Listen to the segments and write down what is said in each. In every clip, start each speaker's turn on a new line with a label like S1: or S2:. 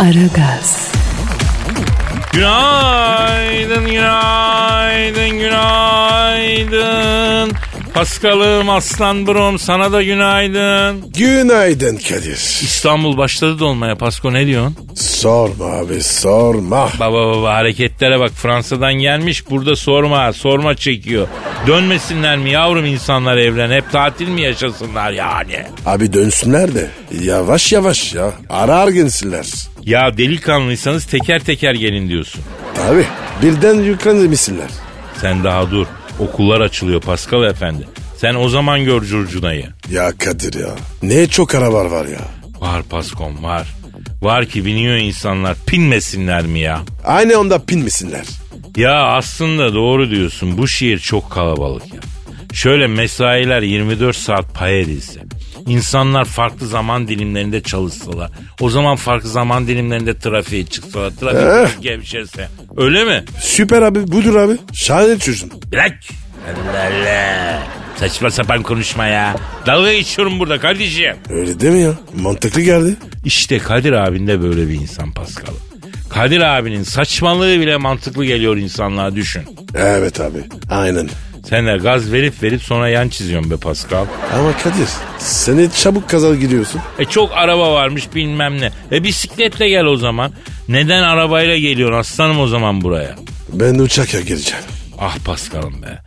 S1: Aragaz,
S2: Günaydın, günaydın, günaydın. Paskal'ım, Aslan Brom sana da günaydın.
S3: Günaydın Kadir.
S2: İstanbul başladı dolmaya Pasko ne diyorsun?
S3: Sorma abi sorma.
S2: Baba baba hareketlere bak Fransa'dan gelmiş burada sorma sorma çekiyor. Dönmesinler mi yavrum insanlar evlen hep tatil mi yaşasınlar yani?
S3: Abi dönsünler de yavaş yavaş ya. Arar gelsinler.
S2: Ya delikanlıysanız teker teker gelin diyorsun.
S3: Tabi birden yukarı misinler.
S2: Sen daha dur okullar açılıyor Pascal efendi. Sen o zaman gör curcunayı.
S3: Ya Kadir ya ne çok arabar var ya.
S2: Var Paskom var. Var ki biniyor insanlar pinmesinler mi ya?
S3: Aynı onda pinmesinler.
S2: Ya aslında doğru diyorsun bu şehir çok kalabalık ya. Şöyle mesailer 24 saat pay edilse. insanlar farklı zaman dilimlerinde çalışsalar. O zaman farklı zaman dilimlerinde trafiğe çıksalar. Trafik
S3: Eh.
S2: gevşese. Öyle mi?
S3: Süper abi budur abi. Şahane çocuğun.
S2: Bırak. Allah Allah. Saçma sapan konuşma ya. Dalga geçiyorum burada kardeşim.
S3: Öyle değil mi ya? Mantıklı geldi.
S2: İşte Kadir abin de böyle bir insan Pascal. Kadir abinin saçmalığı bile mantıklı geliyor insanlığa düşün.
S3: Evet abi aynen.
S2: Sen de gaz verip verip sonra yan çiziyorsun be Pascal.
S3: Ama Kadir sen de çabuk kazar gidiyorsun.
S2: E çok araba varmış bilmem ne. E bisikletle gel o zaman. Neden arabayla geliyorsun aslanım o zaman buraya?
S3: Ben de uçakla gireceğim.
S2: Ah Pascal'ım be.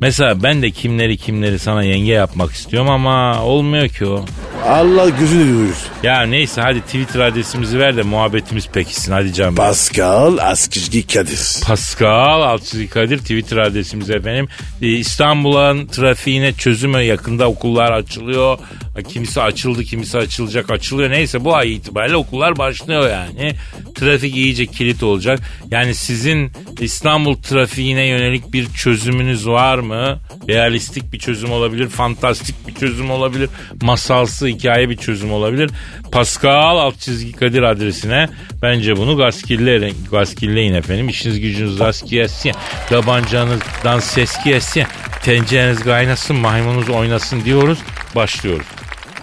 S2: Mesela ben de kimleri kimleri sana yenge yapmak istiyorum ama olmuyor ki o.
S3: Allah gözünü duyursun.
S2: Ya neyse hadi Twitter adresimizi ver de muhabbetimiz pekişsin hadi canım.
S3: Pascal Askizgi Kadir.
S2: Pascal Altçizgi Kadir Twitter adresimiz efendim. Ee, İstanbul'un trafiğine çözümü yakında okullar açılıyor. Ha, Kimisi açıldı kimisi açılacak açılıyor. Neyse bu ay itibariyle okullar başlıyor yani. Trafik iyice kilit olacak. Yani sizin İstanbul trafiğine yönelik bir çözümünüz var mı? Realistik bir çözüm olabilir, fantastik bir çözüm olabilir, masalsı hikaye bir çözüm olabilir. Pascal alt çizgi Kadir adresine bence bunu gaskilleyin, gaskilleyin efendim. İşiniz gücünüz rast gelsin, tabancanızdan ses gelsin, tencereniz kaynasın, maymununuz oynasın diyoruz. Başlıyoruz.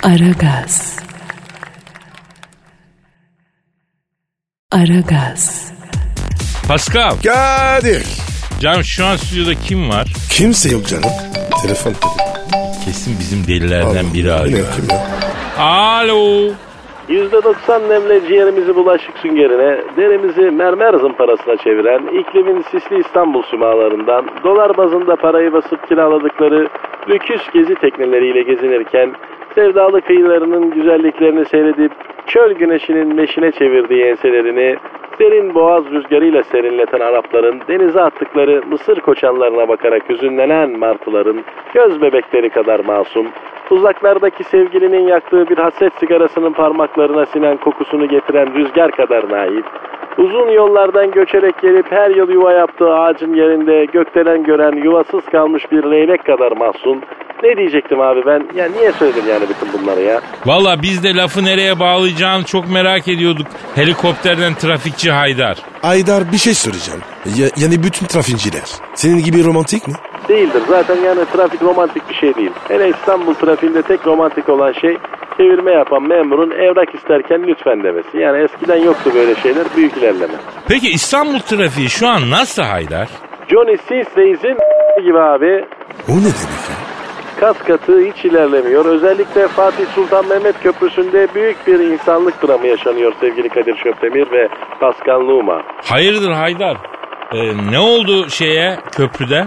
S1: Aragaz. Aragaz,
S2: Pascal,
S3: Kadir.
S2: canım şu an stüdyoda kim var?
S3: Kimse yok canım. Telefon tabii.
S2: Kesin bizim delilerden biri
S3: Yine
S2: arıyor.
S3: kim ya?
S2: Alo.
S4: %90 nemle ciğerimizi bulaşık süngerine, derimizi mermer zımparasına çeviren iklimin sisli İstanbul sümalarından dolar bazında parayı basıp kiraladıkları lüküs gezi tekneleriyle gezinirken sevdalı kıyılarının güzelliklerini seyredip çöl güneşinin meşine çevirdiği enselerini derin boğaz rüzgarıyla serinleten Arapların denize attıkları mısır koçanlarına bakarak hüzünlenen martıların göz bebekleri kadar masum, Uzaklardaki sevgilinin yaktığı bir hasret sigarasının parmaklarına sinen kokusunu getiren rüzgar kadar naif. Uzun yollardan göçerek gelip her yıl yuva yaptığı ağacın yerinde gökdelen gören yuvasız kalmış bir leylek kadar mahzun. Ne diyecektim abi ben? Ya niye söyledim yani bütün bunları ya?
S2: Valla biz de lafı nereye bağlayacağını çok merak ediyorduk. Helikopterden trafikçi Haydar.
S3: Aydar bir şey soracağım. Ya- yani bütün trafinciler. Senin gibi romantik mi?
S4: Değildir. Zaten yani trafik romantik bir şey değil. Hele İstanbul trafiğinde tek romantik olan şey çevirme yapan memurun evrak isterken lütfen demesi. Yani eskiden yoktu böyle şeyler. Büyük ilerleme.
S2: Peki İstanbul trafiği şu an nasıl Haydar?
S4: Johnny Sins Reis'in gibi abi.
S3: O ne demek ya?
S4: Kas katı hiç ilerlemiyor. Özellikle Fatih Sultan Mehmet Köprüsü'nde büyük bir insanlık dramı yaşanıyor sevgili Kadir Şöpdemir ve Pascal Numa.
S2: Hayırdır Haydar? Ee, ne oldu şeye köprüde?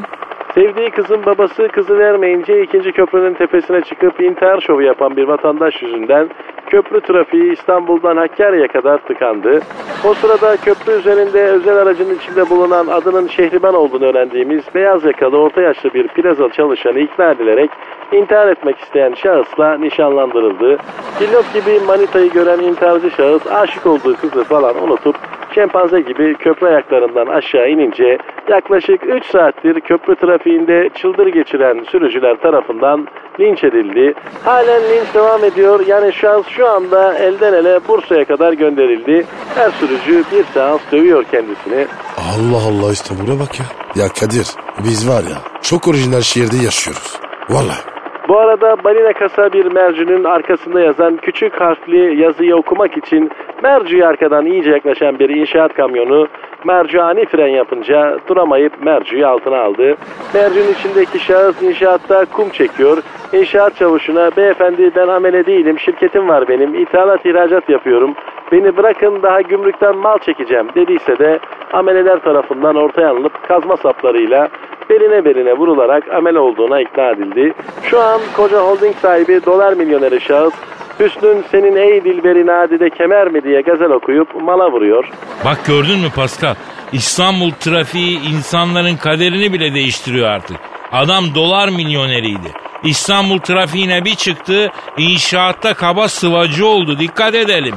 S4: Sevdiği kızın babası kızı vermeyince ikinci köprünün tepesine çıkıp intihar şovu yapan bir vatandaş yüzünden köprü trafiği İstanbul'dan Hakkari'ye kadar tıkandı. O sırada köprü üzerinde özel aracın içinde bulunan adının Şehriban olduğunu öğrendiğimiz beyaz yakalı orta yaşlı bir plaza çalışanı ikna edilerek intihar etmek isteyen şahısla nişanlandırıldı. Cillop gibi manitayı gören intiharcı şahıs aşık olduğu kızı falan unutup Şempanze gibi köprü ayaklarından aşağı inince yaklaşık 3 saattir köprü trafiğinde çıldır geçiren sürücüler tarafından linç edildi. Halen linç devam ediyor. Yani şans şu anda elden ele Bursa'ya kadar gönderildi. Her sürücü bir seans dövüyor kendisini.
S3: Allah Allah İstanbul'a bak ya. Ya Kadir biz var ya çok orijinal şehirde yaşıyoruz. Vallahi.
S4: Bu arada balina kasa bir mercünün arkasında yazan küçük harfli yazıyı okumak için mercüye arkadan iyice yaklaşan bir inşaat kamyonu mercü ani fren yapınca duramayıp mercüyü altına aldı. Mercünün içindeki şahıs inşaatta kum çekiyor. İnşaat çavuşuna beyefendi ben amele değilim şirketim var benim ithalat ihracat yapıyorum. Beni bırakın daha gümrükten mal çekeceğim dediyse de ameleler tarafından ortaya alınıp kazma saplarıyla beline beline vurularak amel olduğuna ikna edildi. Şu an koca holding sahibi dolar milyoneri şahıs Hüsnün senin ey dilberi nadide kemer mi diye gazel okuyup mala vuruyor.
S2: Bak gördün mü Pascal? İstanbul trafiği insanların kaderini bile değiştiriyor artık. Adam dolar milyoneriydi. İstanbul trafiğine bir çıktı, inşaatta kaba sıvacı oldu. Dikkat edelim.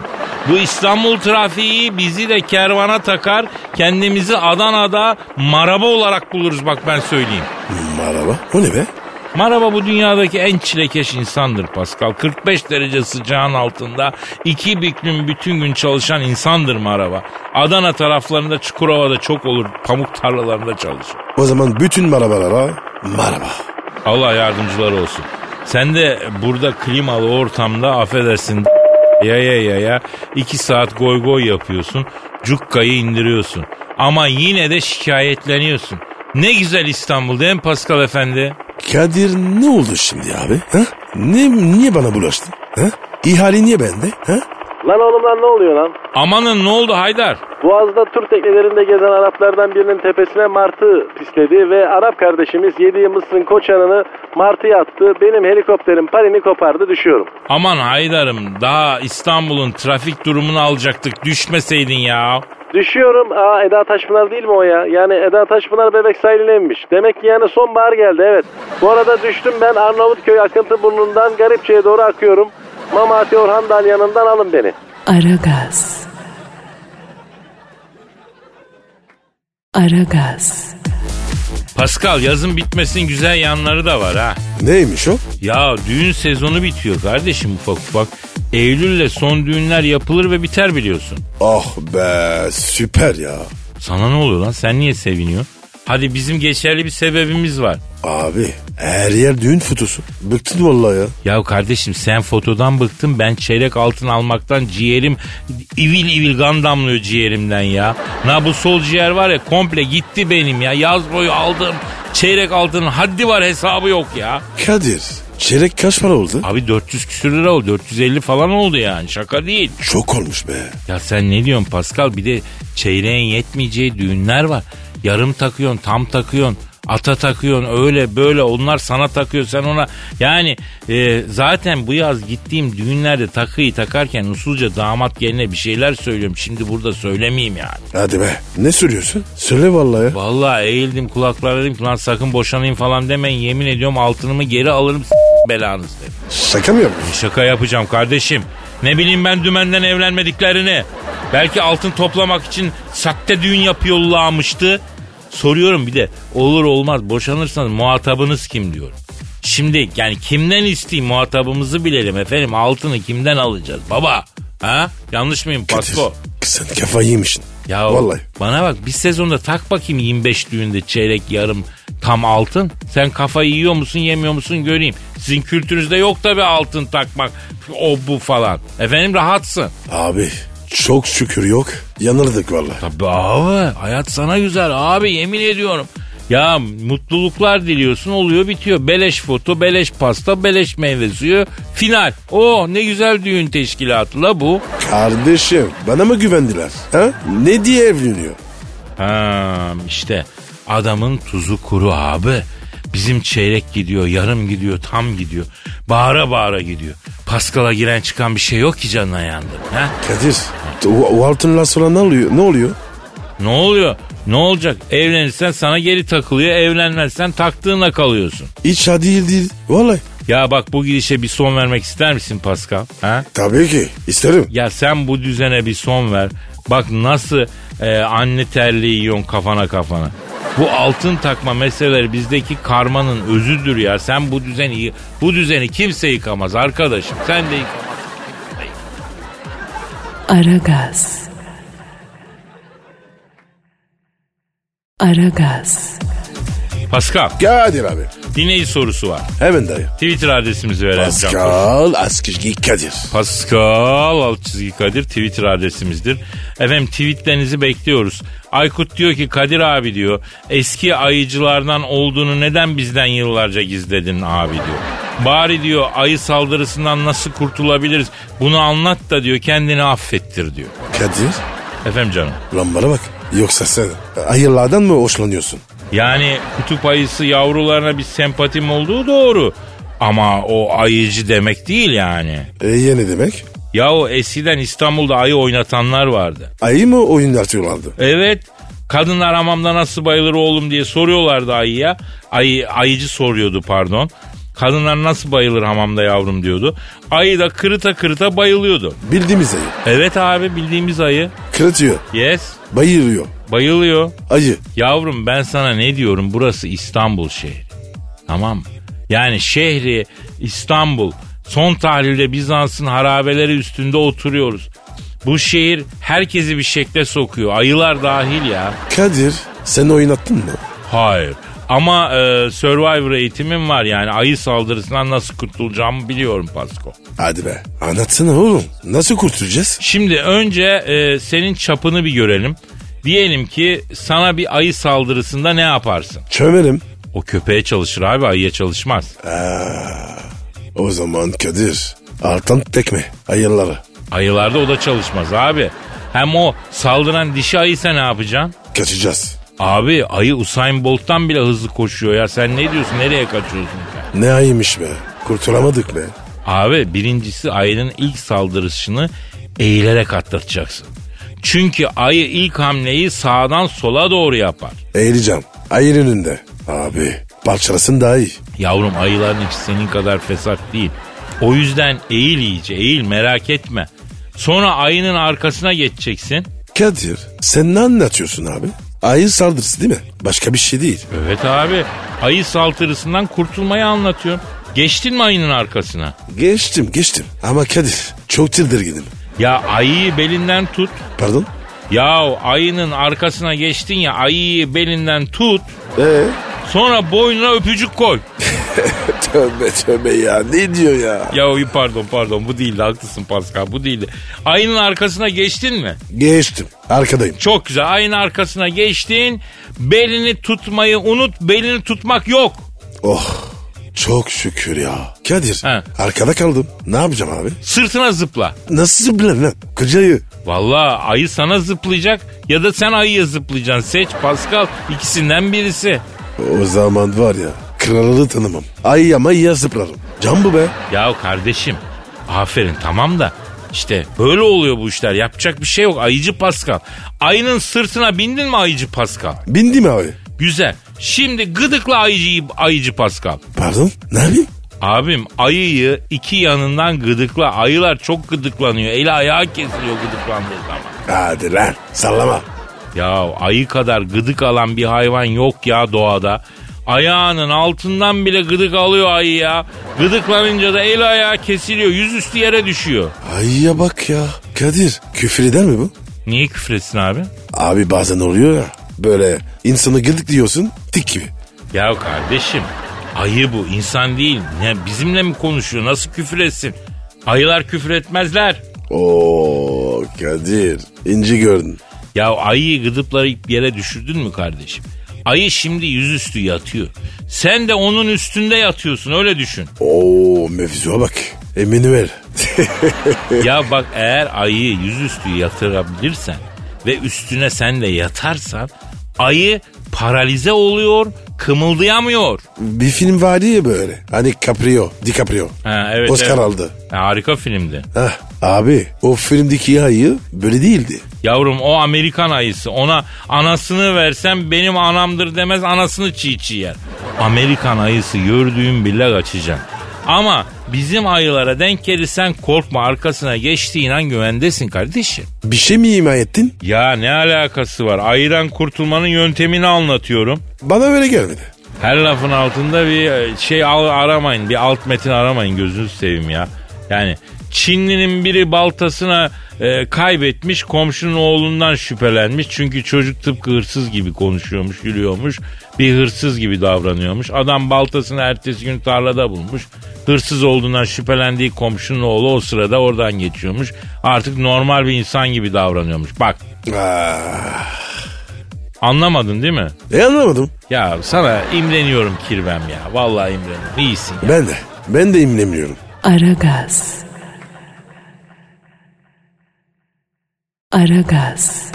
S2: Bu İstanbul trafiği bizi de kervana takar, kendimizi Adana'da maraba olarak buluruz bak ben söyleyeyim.
S3: Merhaba. O ne be?
S2: Maraba bu dünyadaki en çilekeş insandır Pascal. 45 derece sıcağın altında iki büklüm bütün gün çalışan insandır Maraba. Adana taraflarında Çukurova'da çok olur. Pamuk tarlalarında çalışır.
S3: O zaman bütün merhabalara merhaba.
S2: Allah yardımcıları olsun. Sen de burada klimalı ortamda affedersin ya ya ya ya iki saat goy goy yapıyorsun. Cukkayı indiriyorsun. Ama yine de şikayetleniyorsun. Ne güzel İstanbul değil mi Pascal Efendi?
S3: Kadir ne oldu şimdi abi? Ha? Ne, niye bana bulaştın? Ha? İhale niye bende? Ha?
S4: Lan oğlum lan ne oluyor lan?
S2: Amanın ne oldu Haydar?
S4: Boğaz'da tur teknelerinde gezen Araplardan birinin tepesine martı pisledi ve Arap kardeşimiz yediği mısırın koçanını martıya attı. Benim helikopterim panini kopardı düşüyorum.
S2: Aman Haydar'ım daha İstanbul'un trafik durumunu alacaktık düşmeseydin ya.
S4: Düşüyorum. Aa Eda Taşpınar değil mi o ya? Yani Eda Taşpınar bebek sahiline inmiş. Demek ki yani sonbahar geldi evet. Bu arada düştüm ben Arnavutköy akıntı burnundan Garipçe'ye doğru akıyorum. Mamati Orhan Dalyan'ından alın beni.
S1: Aragaz. Aragaz.
S2: Pascal yazın bitmesinin güzel yanları da var ha.
S3: Neymiş o?
S2: Ya düğün sezonu bitiyor kardeşim ufak ufak. Eylül'le son düğünler yapılır ve biter biliyorsun.
S3: Ah be süper ya.
S2: Sana ne oluyor lan sen niye seviniyorsun? Hadi bizim geçerli bir sebebimiz var.
S3: Abi her yer düğün fotosu. Bıktın vallahi ya.
S2: Ya kardeşim sen fotodan bıktın ben çeyrek altın almaktan ciğerim ivil ivil kan damlıyor ciğerimden ya. Na bu sol ciğer var ya komple gitti benim ya yaz boyu aldığım çeyrek altının haddi var hesabı yok ya.
S3: Kadir çeyrek kaç para oldu?
S2: Abi 400 küsür lira oldu 450 falan oldu yani şaka değil.
S3: Çok olmuş be.
S2: Ya sen ne diyorsun Pascal bir de çeyreğin yetmeyeceği düğünler var. Yarım takıyorsun tam takıyorsun. Ata takıyorsun öyle böyle onlar sana takıyor sen ona yani e, zaten bu yaz gittiğim düğünlerde takıyı takarken usulca damat geline bir şeyler söylüyorum şimdi burada söylemeyeyim yani.
S3: Hadi be. Ne sürüyorsun? Söyle vallahi ya.
S2: Vallahi eğildim kulaklara dedim ki lan sakın boşanayım falan demeyin yemin ediyorum altınımı geri alırım s- belanız dedim.
S3: Şaka mı yapıyorsun?
S2: Şaka yapacağım kardeşim. Ne bileyim ben dümenden evlenmediklerini. Belki altın toplamak için sakte düğün yapıyorlarmıştı. Soruyorum bir de olur olmaz boşanırsanız muhatabınız kim diyorum. Şimdi yani kimden isteyeyim muhatabımızı bilelim efendim altını kimden alacağız baba. Ha? Yanlış mıyım
S3: Kadir,
S2: Pasko?
S3: Sen kafayı yemişsin.
S2: Ya
S3: Vallahi.
S2: bana bak bir sezonda tak bakayım 25 düğünde çeyrek yarım tam altın. Sen kafayı yiyor musun yemiyor musun göreyim. Sizin kültürünüzde yok tabi altın takmak o bu falan. Efendim rahatsın.
S3: Abi çok şükür yok. Yanırdık vallahi.
S2: Tabii abi hayat sana güzel abi yemin ediyorum. Ya mutluluklar diliyorsun oluyor bitiyor. Beleş foto, beleş pasta, beleş meyve suyu. Final. Oh ne güzel düğün teşkilatı la bu.
S3: Kardeşim bana mı güvendiler? Ha? Ne diye evleniyor?
S2: Ha işte adamın tuzu kuru abi. Bizim çeyrek gidiyor, yarım gidiyor, tam gidiyor. Bağıra bağıra gidiyor. Paskal'a giren çıkan bir şey yok ki canına yandım. Ha?
S3: Kadir o, o altınlar sonra ne oluyor? Ne oluyor?
S2: Ne oluyor? Ne olacak? Evlenirsen sana geri takılıyor, evlenmezsen taktığına kalıyorsun.
S3: Hiç ha değil değil. Vallahi.
S2: Ya bak bu gidişe bir son vermek ister misin Pascal? Ha?
S3: Tabii ki isterim.
S2: Ya sen bu düzene bir son ver. Bak nasıl e, anne terliği yiyorsun kafana kafana. Bu altın takma meseleleri bizdeki karmanın özüdür ya. Sen bu düzeni bu düzeni kimse yıkamaz arkadaşım. Sen de yık-
S1: Aragaz. Aragaz.
S2: Pascal,
S3: Kadir abi.
S2: dinleyici sorusu var.
S3: Hemen dayı.
S2: Twitter adresimizi verelim.
S3: Pascal Askizgi Kadir.
S2: Pascal alt çizgi Kadir Twitter adresimizdir. Efendim tweetlerinizi bekliyoruz. Aykut diyor ki Kadir abi diyor eski ayıcılardan olduğunu neden bizden yıllarca gizledin abi diyor. Bari diyor ayı saldırısından nasıl kurtulabiliriz bunu anlat da diyor kendini affettir diyor.
S3: Kadir.
S2: Efendim canım.
S3: Lan bana bak. Yoksa sen hayırlardan mı hoşlanıyorsun?
S2: Yani kutup ayısı yavrularına bir sempatim olduğu doğru. Ama o ayıcı demek değil yani.
S3: E ye ne demek?
S2: Yahu eskiden İstanbul'da ayı oynatanlar vardı.
S3: Ayı mı oynatıyorlardı?
S2: Evet. Kadınlar hamamda nasıl bayılır oğlum diye soruyorlardı ayıya. Ayı, ayıcı soruyordu pardon. Kadınlar nasıl bayılır hamamda yavrum diyordu. Ayı da kırıta kırıta bayılıyordu.
S3: Bildiğimiz ayı.
S2: Evet abi bildiğimiz ayı.
S3: Kırıtıyor.
S2: Yes.
S3: Bayırıyor.
S2: Bayılıyor.
S3: Ayı.
S2: Yavrum ben sana ne diyorum burası İstanbul şehri. Tamam mı? Yani şehri İstanbul son tahlilde Bizans'ın harabeleri üstünde oturuyoruz. Bu şehir herkesi bir şekle sokuyor. Ayılar dahil ya.
S3: Kadir sen oynattın mı?
S2: Hayır. Ama e, Survivor eğitimim var yani ayı saldırısından nasıl kurtulacağımı biliyorum Pasko.
S3: Hadi be. Anlatsana oğlum. Nasıl kurtulacağız?
S2: Şimdi önce e, senin çapını bir görelim. Diyelim ki sana bir ayı saldırısında ne yaparsın?
S3: Çömelim.
S2: O köpeğe çalışır abi ayıya çalışmaz.
S3: O zaman Kadir. Alttan tekme. Hayırlara.
S2: Ayılarda o da çalışmaz abi. Hem o saldıran dişi ayıysa ne yapacaksın?
S3: Kaçacağız.
S2: Abi ayı Usain Bolt'tan bile hızlı koşuyor ya. Sen ne diyorsun? Nereye kaçıyorsun sen?
S3: Ne ayıymış be. Kurtulamadık be.
S2: Abi birincisi ayının ilk saldırışını eğilerek atlatacaksın. Çünkü ayı ilk hamleyi sağdan sola doğru yapar.
S3: Eğileceğim. Ayın önünde. Abi parçalasın daha iyi.
S2: Yavrum ayıların hiç senin kadar fesat değil. O yüzden eğil iyice eğil merak etme. Sonra ayının arkasına geçeceksin.
S3: Kadir sen ne anlatıyorsun abi? Ayı saldırısı değil mi? Başka bir şey değil.
S2: Evet abi ayı saldırısından kurtulmayı anlatıyorum. Geçtin mi ayının arkasına?
S3: Geçtim geçtim. Ama Kadir çok tedirginim.
S2: Ya ayıyı belinden tut.
S3: Pardon?
S2: Ya ayının arkasına geçtin ya ayıyı belinden tut.
S3: Ee?
S2: Sonra boynuna öpücük koy.
S3: Tövbe tövbe ya ne diyor ya?
S2: Ya oy, pardon pardon bu değildi haklısın Pascal bu değildi. Ayının arkasına geçtin mi?
S3: Geçtim arkadayım.
S2: Çok güzel ayının arkasına geçtin. Belini tutmayı unut belini tutmak yok.
S3: Oh çok şükür ya. Kadir
S2: He.
S3: arkada kaldım. Ne yapacağım abi?
S2: Sırtına zıpla.
S3: Nasıl zıplarım lan? Kocayı.
S2: Vallahi ayı sana zıplayacak ya da sen ayıya zıplayacaksın. Seç Pascal ikisinden birisi.
S3: O zaman var ya kralı tanımam. Ay ama ya zıplarım. Can bu be.
S2: Ya kardeşim aferin tamam da işte böyle oluyor bu işler. Yapacak bir şey yok ayıcı Pascal. Ayının sırtına bindin mi ayıcı Pascal?
S3: Bindi mi abi?
S2: Güzel. Şimdi gıdıkla ayıcıyı ayıcı Pascal.
S3: Pardon ne yapayım?
S2: Abim ayıyı iki yanından gıdıkla. Ayılar çok gıdıklanıyor. Eli ayağı kesiliyor gıdıklandığı zaman.
S3: Hadi lan sallama.
S2: Ya ayı kadar gıdık alan bir hayvan yok ya doğada. Ayağının altından bile gıdık alıyor ayı ya. Gıdıklanınca da eli ayağı kesiliyor. Yüzüstü yere düşüyor.
S3: Ay ya bak ya. Kadir küfür eder mi bu?
S2: Niye küfretsin abi?
S3: Abi bazen oluyor ya. Böyle insanı gıdık diyorsun tik gibi.
S2: Ya kardeşim ayı bu insan değil. Ne bizimle mi konuşuyor? Nasıl küfür etsin? Ayılar küfür etmezler.
S3: Oo Kadir inci gördün.
S2: Ya ayıyı gıdıplayıp yere düşürdün mü kardeşim? Ayı şimdi yüzüstü yatıyor. Sen de onun üstünde yatıyorsun öyle düşün.
S3: Oo mevzuya bak. Emanuel. Eh.
S2: ya bak eğer ayıyı yüzüstü yatırabilirsen ve üstüne sen de yatarsan ayı paralize oluyor, kımıldayamıyor.
S3: Bir film vardı ya böyle. Hani Caprio, DiCaprio.
S2: Ha, evet,
S3: Oscar
S2: evet.
S3: aldı.
S2: Ha, harika filmdi.
S3: Hah, abi o filmdeki ayı böyle değildi.
S2: Yavrum o Amerikan ayısı. Ona anasını versem benim anamdır demez anasını çiğ çiğ yer. Amerikan ayısı gördüğün bile kaçacaksın. Ama bizim ayılara denk gelirsen korkma arkasına geçtiğin an güvendesin kardeşim.
S3: Bir şey mi ima ettin?
S2: Ya ne alakası var? Ayıdan kurtulmanın yöntemini anlatıyorum.
S3: Bana öyle gelmedi.
S2: Her lafın altında bir e, şey al- aramayın. Bir alt metin aramayın gözünüzü seveyim ya. Yani Çinlinin biri baltasına e, kaybetmiş komşunun oğlundan şüphelenmiş. Çünkü çocuk tıpkı hırsız gibi konuşuyormuş, gülüyormuş. Bir hırsız gibi davranıyormuş. Adam baltasını ertesi gün tarlada bulmuş. Hırsız olduğundan şüphelendiği komşunun oğlu o sırada oradan geçiyormuş. Artık normal bir insan gibi davranıyormuş. Bak
S3: Aa,
S2: anlamadın değil mi?
S3: e anlamadım.
S2: Ya sana imreniyorum kirvem ya. Vallahi imreniyorum. İyisin ya.
S3: Ben de. Ben de imlemiyorum.
S1: Aragaz. Aragaz.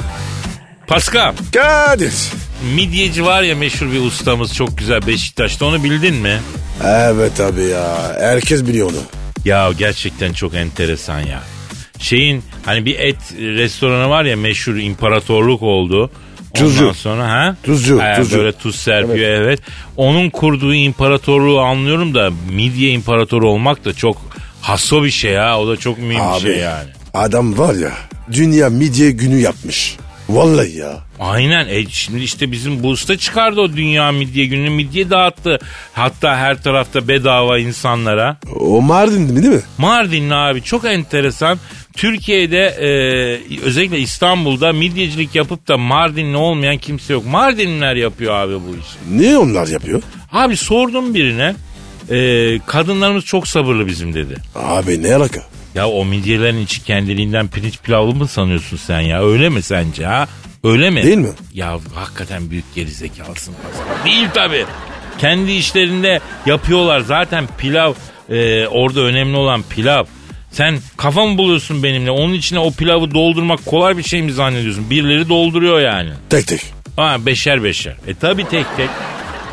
S2: Pascal,
S3: Kadir.
S2: midyeci var ya meşhur bir ustamız çok güzel Beşiktaş'ta onu bildin mi?
S3: Evet abi ya. Herkes biliyor onu.
S2: Ya gerçekten çok enteresan ya. Şeyin hani bir et restoranı var ya meşhur imparatorluk oldu. Ondan
S3: Tuzcu.
S2: sonra ha?
S3: Tuzcu,
S2: Ha,
S3: tuzcu.
S2: Böyle tuz serpiyor evet. Onun kurduğu imparatorluğu anlıyorum da midye imparatoru olmak da çok hasso bir şey ha. O da çok mühim bir şey yani.
S3: Adam var ya. Dünya midye günü yapmış. Vallahi ya.
S2: Aynen. E şimdi işte bizim bu usta çıkardı o dünya midye günü midye dağıttı. Hatta her tarafta bedava insanlara.
S3: O Mardin değil mi?
S2: Mardinli abi çok enteresan. Türkiye'de e, özellikle İstanbul'da midyecilik yapıp da Mardinli olmayan kimse yok. Mardinliler yapıyor abi bu işi.
S3: Niye onlar yapıyor?
S2: Abi sordum birine. e, kadınlarımız çok sabırlı bizim dedi.
S3: Abi ne alaka?
S2: Ya o midyelerin içi kendiliğinden pirinç pilavlı mı sanıyorsun sen ya? Öyle mi sence ha? Öyle mi?
S3: Değil mi?
S2: Ya hakikaten büyük gerizekalısın Pascal. Değil tabii. Kendi işlerinde yapıyorlar. Zaten pilav e, orada önemli olan pilav. Sen kafa mı buluyorsun benimle? Onun içine o pilavı doldurmak kolay bir şey mi zannediyorsun? Birileri dolduruyor yani.
S3: Tek tek.
S2: Ha beşer beşer. E tabi tek tek.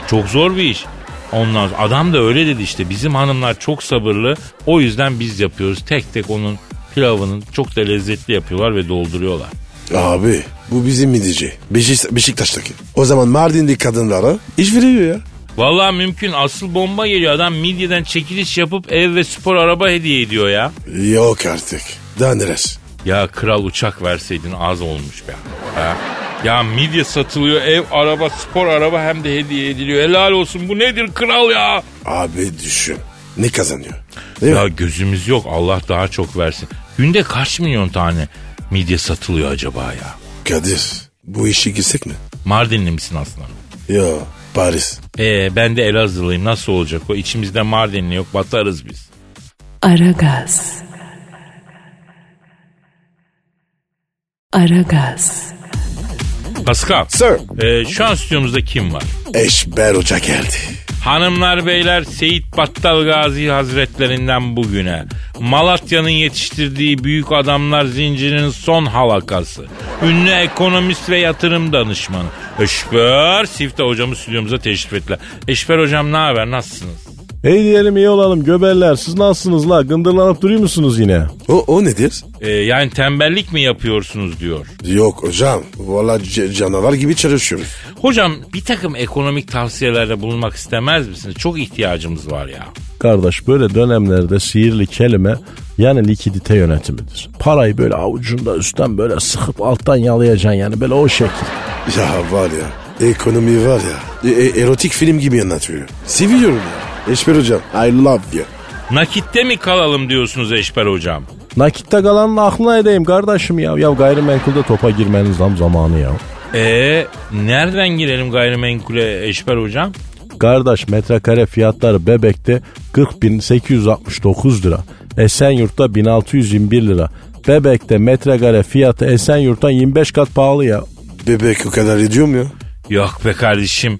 S2: Çok zor bir iş. Ondan sonra- adam da öyle dedi işte bizim hanımlar çok sabırlı o yüzden biz yapıyoruz. Tek tek onun pilavının çok da lezzetli yapıyorlar ve dolduruyorlar.
S3: Abi bu bizim midici. Beşik- Beşiktaş'taki. O zaman Mardinli kadınlara iş veriyor ya.
S2: Vallahi mümkün asıl bomba geliyor adam midyeden çekiliş yapıp ev ve spor araba hediye ediyor ya.
S3: Yok artık. Daha neler?
S2: Ya kral uçak verseydin az olmuş be. Ha? Ya midye satılıyor ev araba spor araba hem de hediye ediliyor. Helal olsun bu nedir kral ya?
S3: Abi düşün. Ne kazanıyor? Değil mi?
S2: Ya gözümüz yok Allah daha çok versin. Günde kaç milyon tane midye satılıyor acaba ya?
S3: Kadir bu işe girsek mi?
S2: Mardinli misin aslanım?
S3: Ya Paris.
S2: Ee, ben de Elazığlıyım nasıl olacak o? İçimizde Mardinli yok batarız biz.
S1: Aragaz. Aragaz.
S2: Pascal.
S3: Sir.
S2: ee, şu an stüdyomuzda kim var?
S3: Eşber Hoca geldi.
S2: Hanımlar beyler Seyit Battal Gazi Hazretlerinden bugüne Malatya'nın yetiştirdiği büyük adamlar zincirinin son halakası. Ünlü ekonomist ve yatırım danışmanı. Eşber Sifte hocamı stüdyomuza teşrif ettiler. Eşber hocam ne haber nasılsınız?
S5: Hey diyelim iyi olalım göberler siz nasılsınız la gındırlanıp duruyor musunuz yine?
S3: O, o nedir?
S2: Ee, yani tembellik mi yapıyorsunuz diyor.
S3: Yok hocam. Valla c- canavar gibi çalışıyoruz.
S2: Hocam bir takım ekonomik tavsiyelerde bulunmak istemez misiniz? Çok ihtiyacımız var ya.
S5: Kardeş böyle dönemlerde sihirli kelime yani likidite yönetimidir. Parayı böyle avucunda üstten böyle sıkıp alttan yalayacaksın yani böyle o şekil.
S3: Ya var ya. Ekonomi var ya. e- e- erotik film gibi anlatıyor. Seviyorum ya. Eşber Hocam. I love you.
S2: Nakitte mi kalalım diyorsunuz Eşber hocam?
S5: Nakitte kalanın aklına edeyim kardeşim ya. Ya gayrimenkulde topa girmeniz zam zamanı ya.
S2: Ee, nereden girelim gayrimenkule Eşber hocam?
S5: Kardeş metrekare fiyatları Bebek'te 40.869 lira. Esenyurt'ta 1621 lira. Bebek'te metrekare fiyatı Esenyurt'tan 25 kat pahalı ya.
S3: Bebek o kadar ediyor mu ya?
S2: Yok be kardeşim.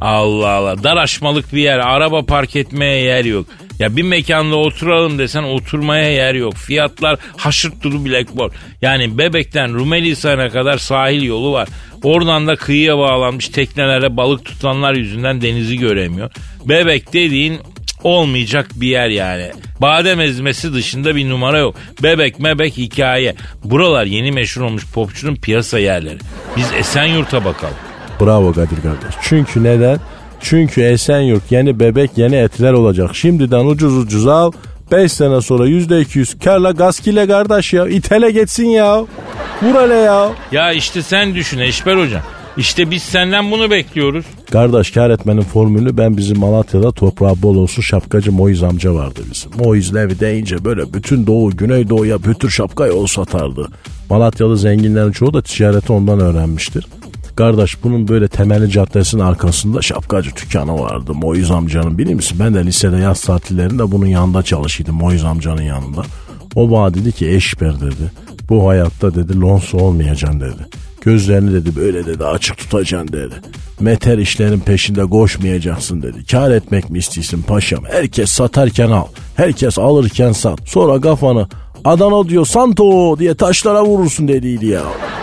S2: Allah Allah. Dar aşmalık bir yer. Araba park etmeye yer yok. Ya bir mekanda oturalım desen oturmaya yer yok. Fiyatlar haşırt duru blackboard. Yani Bebek'ten Rumelihisar'a kadar sahil yolu var. Oradan da kıyıya bağlanmış teknelere balık tutanlar yüzünden denizi göremiyor. Bebek dediğin cık, olmayacak bir yer yani. Badem ezmesi dışında bir numara yok. Bebek mebek hikaye. Buralar yeni meşhur olmuş popçunun piyasa yerleri. Biz Esenyurt'a bakalım.
S5: Bravo Kadir kardeş. Çünkü neden? Çünkü Esenyurt yeni bebek yeni etler olacak. Şimdiden ucuz ucuz al. 5 sene sonra %200 karla gaskile kardeş ya. İtele geçsin ya. Vur hele ya.
S2: Ya işte sen düşün Eşber Hocam. İşte biz senden bunu bekliyoruz.
S5: Kardeş kar etmenin formülü ben bizim Malatya'da toprağı bol olsun şapkacı Moiz amca vardı bizim. Moiz Levi deyince böyle bütün doğu güneydoğuya bütün şapkayı o satardı. Malatyalı zenginlerin çoğu da ticareti ondan öğrenmiştir. Kardeş bunun böyle temelli caddesinin arkasında şapkacı dükkanı vardı Moiz amcanın biliyor musun? Ben de lisede yaz tatillerinde bunun yanında çalışıyordum Moiz amcanın yanında. O bana dedi ki eşber dedi. Bu hayatta dedi lonsu olmayacaksın dedi. Gözlerini dedi böyle dedi açık tutacaksın dedi. Meter işlerin peşinde koşmayacaksın dedi. Kar etmek mi istiyorsun paşam? Herkes satarken al. Herkes alırken sat. Sonra kafanı Adana diyor Santo diye taşlara vurursun dediydi ya.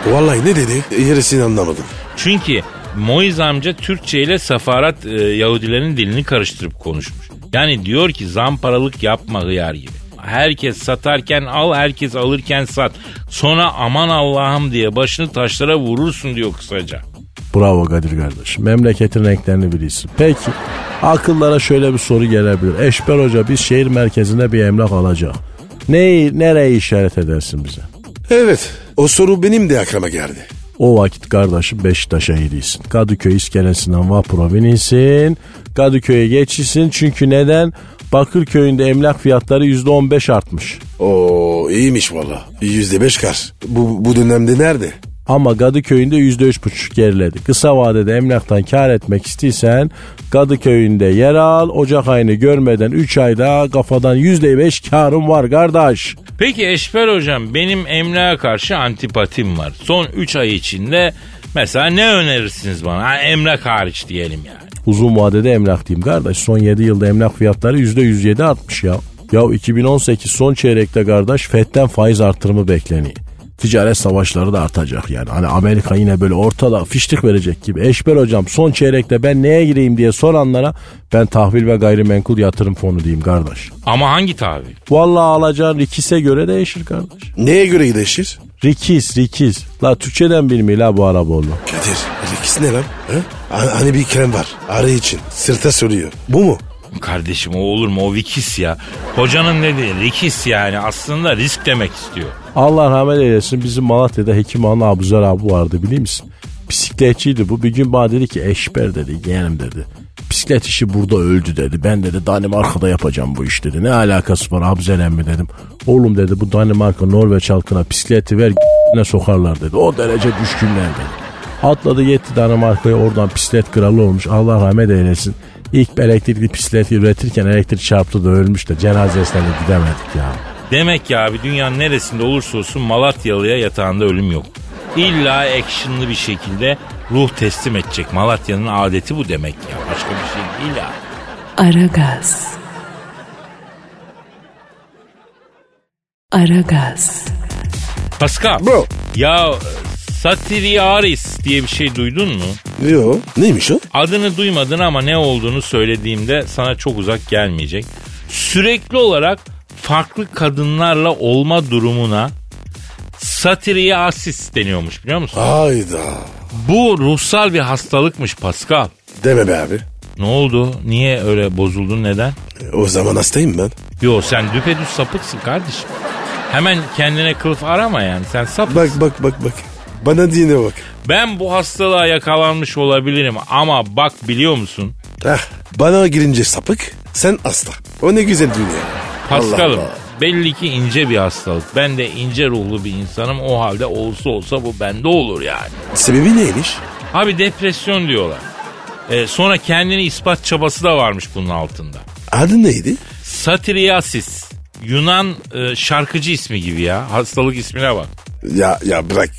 S3: Vallahi ne dedi? Yerisini E, anlamadım.
S2: Çünkü Moiz amca Türkçe ile Safarat e, Yahudilerin dilini karıştırıp konuşmuş. Yani diyor ki zamparalık yapma hıyar gibi. Herkes satarken al, herkes alırken sat. Sonra aman Allah'ım diye başını taşlara vurursun diyor kısaca.
S5: Bravo Kadir kardeş. Memleketin renklerini bilirsin. Peki akıllara şöyle bir soru gelebilir. Eşber Hoca biz şehir merkezinde bir emlak alacak. Neyi, nereye işaret edersin bize?
S3: Evet. O soru benim de aklıma geldi.
S5: O vakit kardeşim Beşiktaş'a gidilsin. Kadıköy iskelesinden vapura binilsin. Kadıköy'e geçilsin. Çünkü neden? Bakırköy'ünde emlak fiyatları %15 artmış.
S3: Oo iyiymiş valla. Yüzde beş kar. Bu, bu dönemde nerede?
S5: Ama Kadıköy'ünde %3,5 geriledi. Kısa vadede emlaktan kar etmek istiyorsan Kadıköy'ünde yer al. Ocak ayını görmeden 3 ayda kafadan %5 karın var kardeş.
S2: Peki Eşber hocam benim emlağa karşı antipatim var. Son 3 ay içinde mesela ne önerirsiniz bana? Ha, emlak hariç diyelim yani.
S5: Uzun vadede emlak diyeyim kardeş. Son 7 yılda emlak fiyatları %107 artmış ya. Ya 2018 son çeyrekte kardeş FED'den faiz artırımı bekleniyor. Ticaret savaşları da artacak yani. Hani Amerika yine böyle ortada fiştik verecek gibi. Eşber hocam son çeyrekte ben neye gireyim diye soranlara ben tahvil ve gayrimenkul yatırım fonu diyeyim kardeş.
S2: Ama hangi tabi?
S5: Vallahi alacağın rikise göre değişir kardeş.
S3: Neye göre değişir?
S5: Rikiz, rikiz. La Türkçeden bilmiyor la bu Araboğlu.
S3: Kadir. İkisi ne lan? Ha? Hani- Hani bir krem var. Arı için. Sırta sürüyor. Bu mu?
S2: Kardeşim o olur mu? O vikis ya. Hocanın dediği rikis yani aslında risk demek istiyor.
S5: Allah rahmet eylesin bizim Malatya'da hekim ana Abuzer abi vardı biliyor musun? Bisikletçiydi bu. Bir gün bana dedi ki eşber dedi yeğenim dedi. Bisiklet işi burada öldü dedi. Ben dedi Danimarka'da yapacağım bu iş dedi. Ne alakası var Abuzer emmi dedim. Oğlum dedi bu Danimarka Norveç halkına bisikleti ver ne sokarlar dedi. O derece düşkünler dedi. Atladı gitti Danimarka'ya oradan bisiklet kralı olmuş. Allah rahmet eylesin. İlk elektrikli bisikleti üretirken elektrik çarptı da ölmüş de cenazesine de gidemedik ya.
S2: Demek ki abi dünyanın neresinde olursa olsun Malatyalı'ya yatağında ölüm yok. İlla actionlı bir şekilde ruh teslim edecek. Malatya'nın adeti bu demek ya. Başka bir şey değil ya.
S1: Aragaz. Aragaz.
S2: Pascal.
S3: Bro.
S2: Ya Satiriaris diye bir şey duydun mu?
S3: Yo. Neymiş o?
S2: Adını duymadın ama ne olduğunu söylediğimde sana çok uzak gelmeyecek. Sürekli olarak farklı kadınlarla olma durumuna satiriasis deniyormuş biliyor musun?
S3: Ah. Hayda.
S2: Bu ruhsal bir hastalıkmış Pascal.
S3: Deme be abi.
S2: Ne oldu? Niye öyle bozuldun? Neden?
S3: E, O zaman hastayım ben.
S2: Yo sen düpedüz sapıksın kardeşim. Hemen kendine kılıf arama yani. Sen
S3: Bak
S2: sapıksın.
S3: bak bak bak. Bana dine bak.
S2: Ben bu hastalığa yakalanmış olabilirim ama bak biliyor musun?
S3: Heh, bana girince sapık, sen hasta. O ne güzel dünya.
S2: Paskal'ım
S3: Allah Allah.
S2: belli ki ince bir hastalık. Ben de ince ruhlu bir insanım. O halde olsa olsa bu bende olur yani.
S3: Sebebi neymiş?
S2: Abi depresyon diyorlar. Ee, sonra kendini ispat çabası da varmış bunun altında.
S3: Adı neydi?
S2: Satiriasis. Yunan e, şarkıcı ismi gibi ya. Hastalık ismine bak.
S3: Ya ya bırak.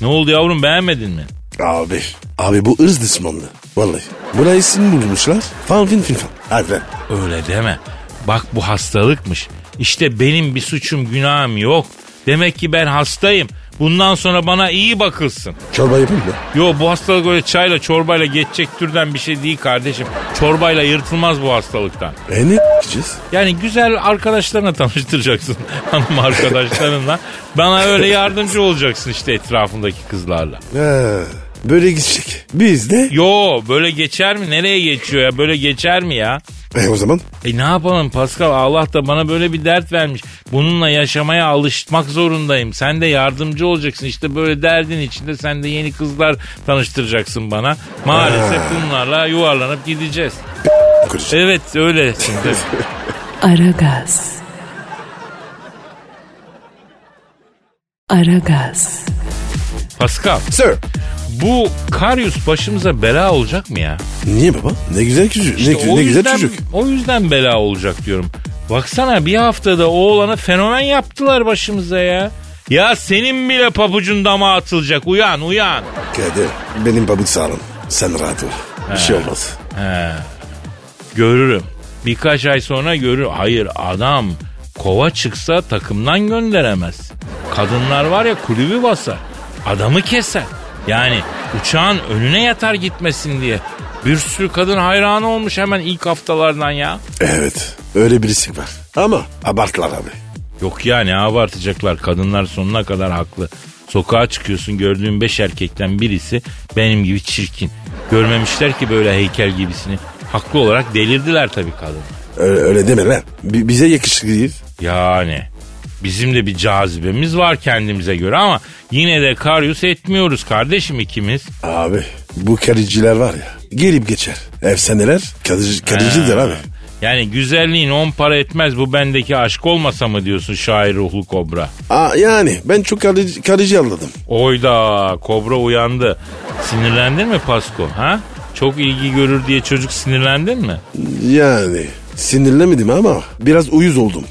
S2: Ne oldu yavrum beğenmedin mi?
S3: Abi. Abi bu ırz düşmanlığı. Vallahi. Buna isim bulmuşlar. Fan fin fin fan. Hadi lan.
S2: Öyle deme. Bak bu hastalıkmış. İşte benim bir suçum günahım yok. Demek ki ben hastayım. Bundan sonra bana iyi bakılsın.
S3: Çorba yapayım mı?
S2: Yo bu hastalık öyle çayla çorbayla geçecek türden bir şey değil kardeşim. Çorbayla yırtılmaz bu hastalıktan.
S3: E ne yapacağız?
S2: Yani güzel arkadaşlarına tanıştıracaksın hanım arkadaşlarınla. Bana öyle yardımcı olacaksın işte etrafındaki kızlarla.
S3: Ha, böyle gidecek. Biz de.
S2: Yo böyle geçer mi? Nereye geçiyor ya? Böyle geçer mi ya?
S3: E o zaman
S2: E ne yapalım Pascal Allah da bana böyle bir dert vermiş. Bununla yaşamaya alışmak zorundayım. Sen de yardımcı olacaksın. İşte böyle derdin içinde sen de yeni kızlar tanıştıracaksın bana. Maalesef bunlarla yuvarlanıp gideceğiz.
S3: kuracağız.
S2: Evet öyle şimdi.
S1: Aragaz. Aragaz.
S2: Pascal
S3: Sir.
S2: bu Karyus başımıza bela olacak mı ya?
S3: Niye baba? Ne güzel çocuk. ne,
S2: İşte
S3: ne
S2: o
S3: güzel
S2: yüzden-
S3: çocuk.
S2: O yüzden bela olacak diyorum. Baksana bir haftada oğlana fenomen yaptılar başımıza ya. Ya senin bile pabucun dama atılacak. Uyan uyan.
S3: Kadir benim babut sağlam. Sen rahat ol. Bir şey olmaz.
S2: Görürüm. Birkaç ay sonra görür. Hayır adam kova çıksa takımdan gönderemez. Kadınlar var ya kulübü basar. Adamı keser. Yani uçağın önüne yatar gitmesin diye. Bir sürü kadın hayranı olmuş hemen ilk haftalardan ya.
S3: Evet. Öyle birisi var. Ama abartlar abi.
S2: Yok ya ne abartacaklar kadınlar sonuna kadar haklı. Sokağa çıkıyorsun gördüğün beş erkekten birisi benim gibi çirkin. Görmemişler ki böyle heykel gibisini. Haklı olarak delirdiler tabii kadın.
S3: Öyle, öyle deme lan. Bi- bize yakışıklı değil.
S2: Yani bizim de bir cazibemiz var kendimize göre ama yine de karyus etmiyoruz kardeşim ikimiz.
S3: Abi bu kariciler var ya. Gelip geçer. Efsaneler kadıcı, kadıcıdır abi.
S2: Yani güzelliğin on para etmez bu bendeki aşk olmasa mı diyorsun şair ruhlu kobra.
S3: Aa, yani ben çok karıcı, karıcı anladım.
S2: Oyda kobra uyandı. Sinirlendin mi Pasko ha? Çok ilgi görür diye çocuk sinirlendin mi?
S3: Yani sinirlemedim ama biraz uyuz oldum.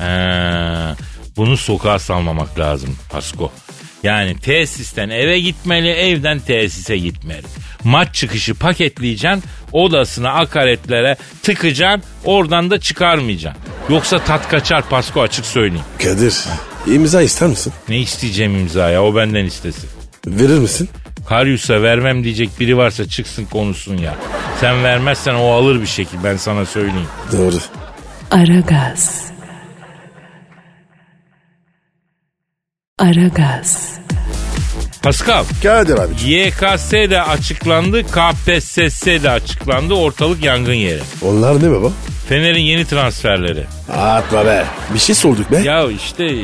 S2: Ee, bunu sokağa salmamak lazım Pasko. Yani tesisten eve gitmeli, evden tesise gitmeli. Maç çıkışı paketleyeceksin, odasına akaretlere tıkacaksın, oradan da çıkarmayacaksın. Yoksa tat kaçar Pasko açık söyleyeyim.
S3: Kadir imza ister misin?
S2: Ne isteyeceğim imzaya o benden istesin.
S3: Verir misin?
S2: Karyus'a vermem diyecek biri varsa çıksın konuşsun ya. Sen vermezsen o alır bir şekil ben sana söyleyeyim.
S3: Doğru.
S1: Aragaz. Aragaz.
S2: Pascal.
S3: Kadir abici.
S2: YKS de açıklandı, KPSS de açıklandı. Ortalık yangın yeri.
S3: Onlar ne baba?
S2: Fener'in yeni transferleri.
S3: Atma be. Bir şey sorduk be.
S2: Ya işte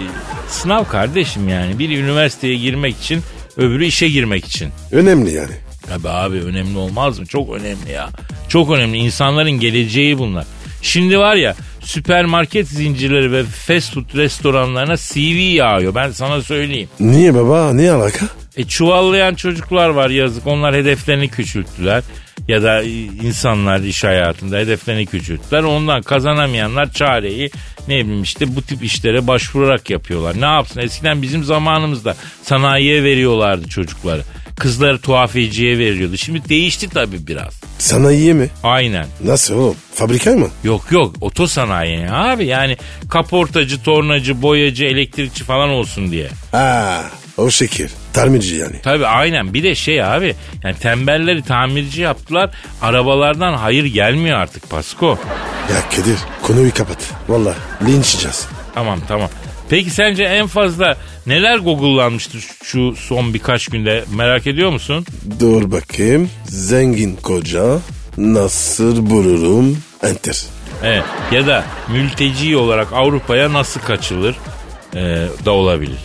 S2: sınav kardeşim yani. Biri üniversiteye girmek için, öbürü işe girmek için.
S3: Önemli yani.
S2: Tabii abi önemli olmaz mı? Çok önemli ya. Çok önemli. İnsanların geleceği bunlar. Şimdi var ya süpermarket zincirleri ve fast food restoranlarına CV yağıyor. Ben sana söyleyeyim.
S3: Niye baba? Ne alaka?
S2: E, çuvallayan çocuklar var yazık. Onlar hedeflerini küçülttüler. Ya da e, insanlar iş hayatında hedeflerini küçülttüler. Ondan kazanamayanlar çareyi ne bileyim işte bu tip işlere başvurarak yapıyorlar. Ne yapsın? Eskiden bizim zamanımızda sanayiye veriyorlardı çocukları. Kızları tuhafiyeciye veriyordu. Şimdi değişti tabii biraz.
S3: Sana iyi mi?
S2: Aynen.
S3: Nasıl oğlum? Fabrika mı?
S2: Yok yok otosanayi ya abi yani kaportacı, tornacı, boyacı, elektrikçi falan olsun diye.
S3: Aa, o şekil. Tarmici yani.
S2: Tabii aynen bir de şey abi yani tembelleri tamirci yaptılar arabalardan hayır gelmiyor artık Pasko.
S3: Ya Kadir konuyu kapat. Valla linç yiyeceğiz.
S2: Tamam tamam. Peki sence en fazla neler google'lanmıştır şu son birkaç günde merak ediyor musun?
S3: Dur bakayım. Zengin koca. Nasır bulurum. Enter.
S2: Evet. Ya da mülteci olarak Avrupa'ya nasıl kaçılır Ee, da olabilir.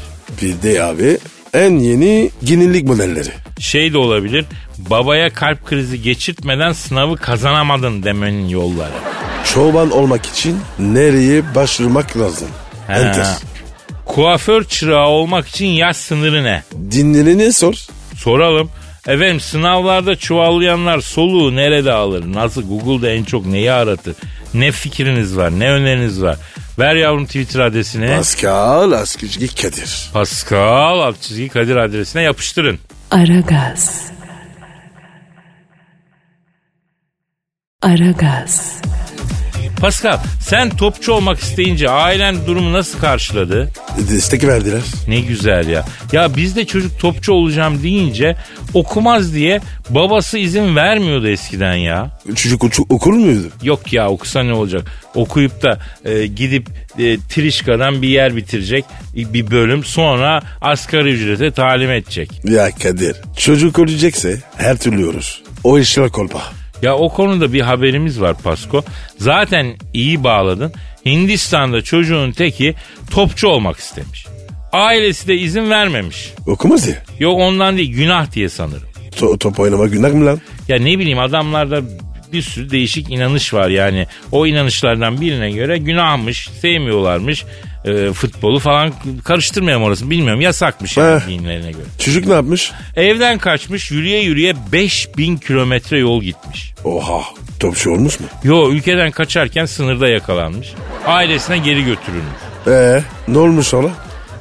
S3: Bir de abi en yeni ginilik modelleri.
S2: Şey de olabilir babaya kalp krizi geçirtmeden sınavı kazanamadın demenin yolları.
S3: Çoban olmak için nereye başvurmak lazım?
S2: Ha.
S3: Enter.
S2: Kuaför çırağı olmak için yaş sınırı ne?
S3: Dinlerini sor.
S2: Soralım. Efendim sınavlarda çuvallayanlar soluğu nerede alır? Nasıl Google'da en çok neyi aratır? Ne fikriniz var? Ne öneriniz var? Ver yavrum Twitter adresini.
S3: Pascal Askizgi Kadir.
S2: Pascal alt çizgi Kadir adresine yapıştırın.
S1: Aragaz. Aragaz.
S2: Pascal sen topçu olmak isteyince ailen durumu nasıl karşıladı?
S3: Destek verdiler.
S2: Ne güzel ya. Ya bizde çocuk topçu olacağım deyince okumaz diye babası izin vermiyordu eskiden ya.
S3: Çocuk uçu- okur muydu?
S2: Yok ya okusa ne olacak? Okuyup da e, gidip e, Trişka'dan bir yer bitirecek e, bir bölüm sonra asgari ücrete talim edecek.
S3: Ya Kadir çocuk ölecekse her türlü olur. O işler kolpa.
S2: Ya o konuda bir haberimiz var Pasko. Zaten iyi bağladın. Hindistan'da çocuğun teki topçu olmak istemiş. Ailesi de izin vermemiş.
S3: Okumaz ya.
S2: Yok ondan değil günah diye sanırım.
S3: To- top oynama günah mı lan?
S2: Ya ne bileyim adamlarda bir sürü değişik inanış var yani. O inanışlardan birine göre günahmış, sevmiyorlarmış. Ee, futbolu falan karıştırmayalım orasını bilmiyorum. Yasakmış yani
S3: Eh.
S2: dinlerine göre.
S3: Çocuk ne yapmış?
S2: Evden kaçmış yürüye yürüye 5000 kilometre yol gitmiş.
S3: Oha topçu olmuş mu?
S2: Yo ülkeden kaçarken sınırda yakalanmış. Ailesine geri götürülmüş.
S3: Ee ne olmuş sonra?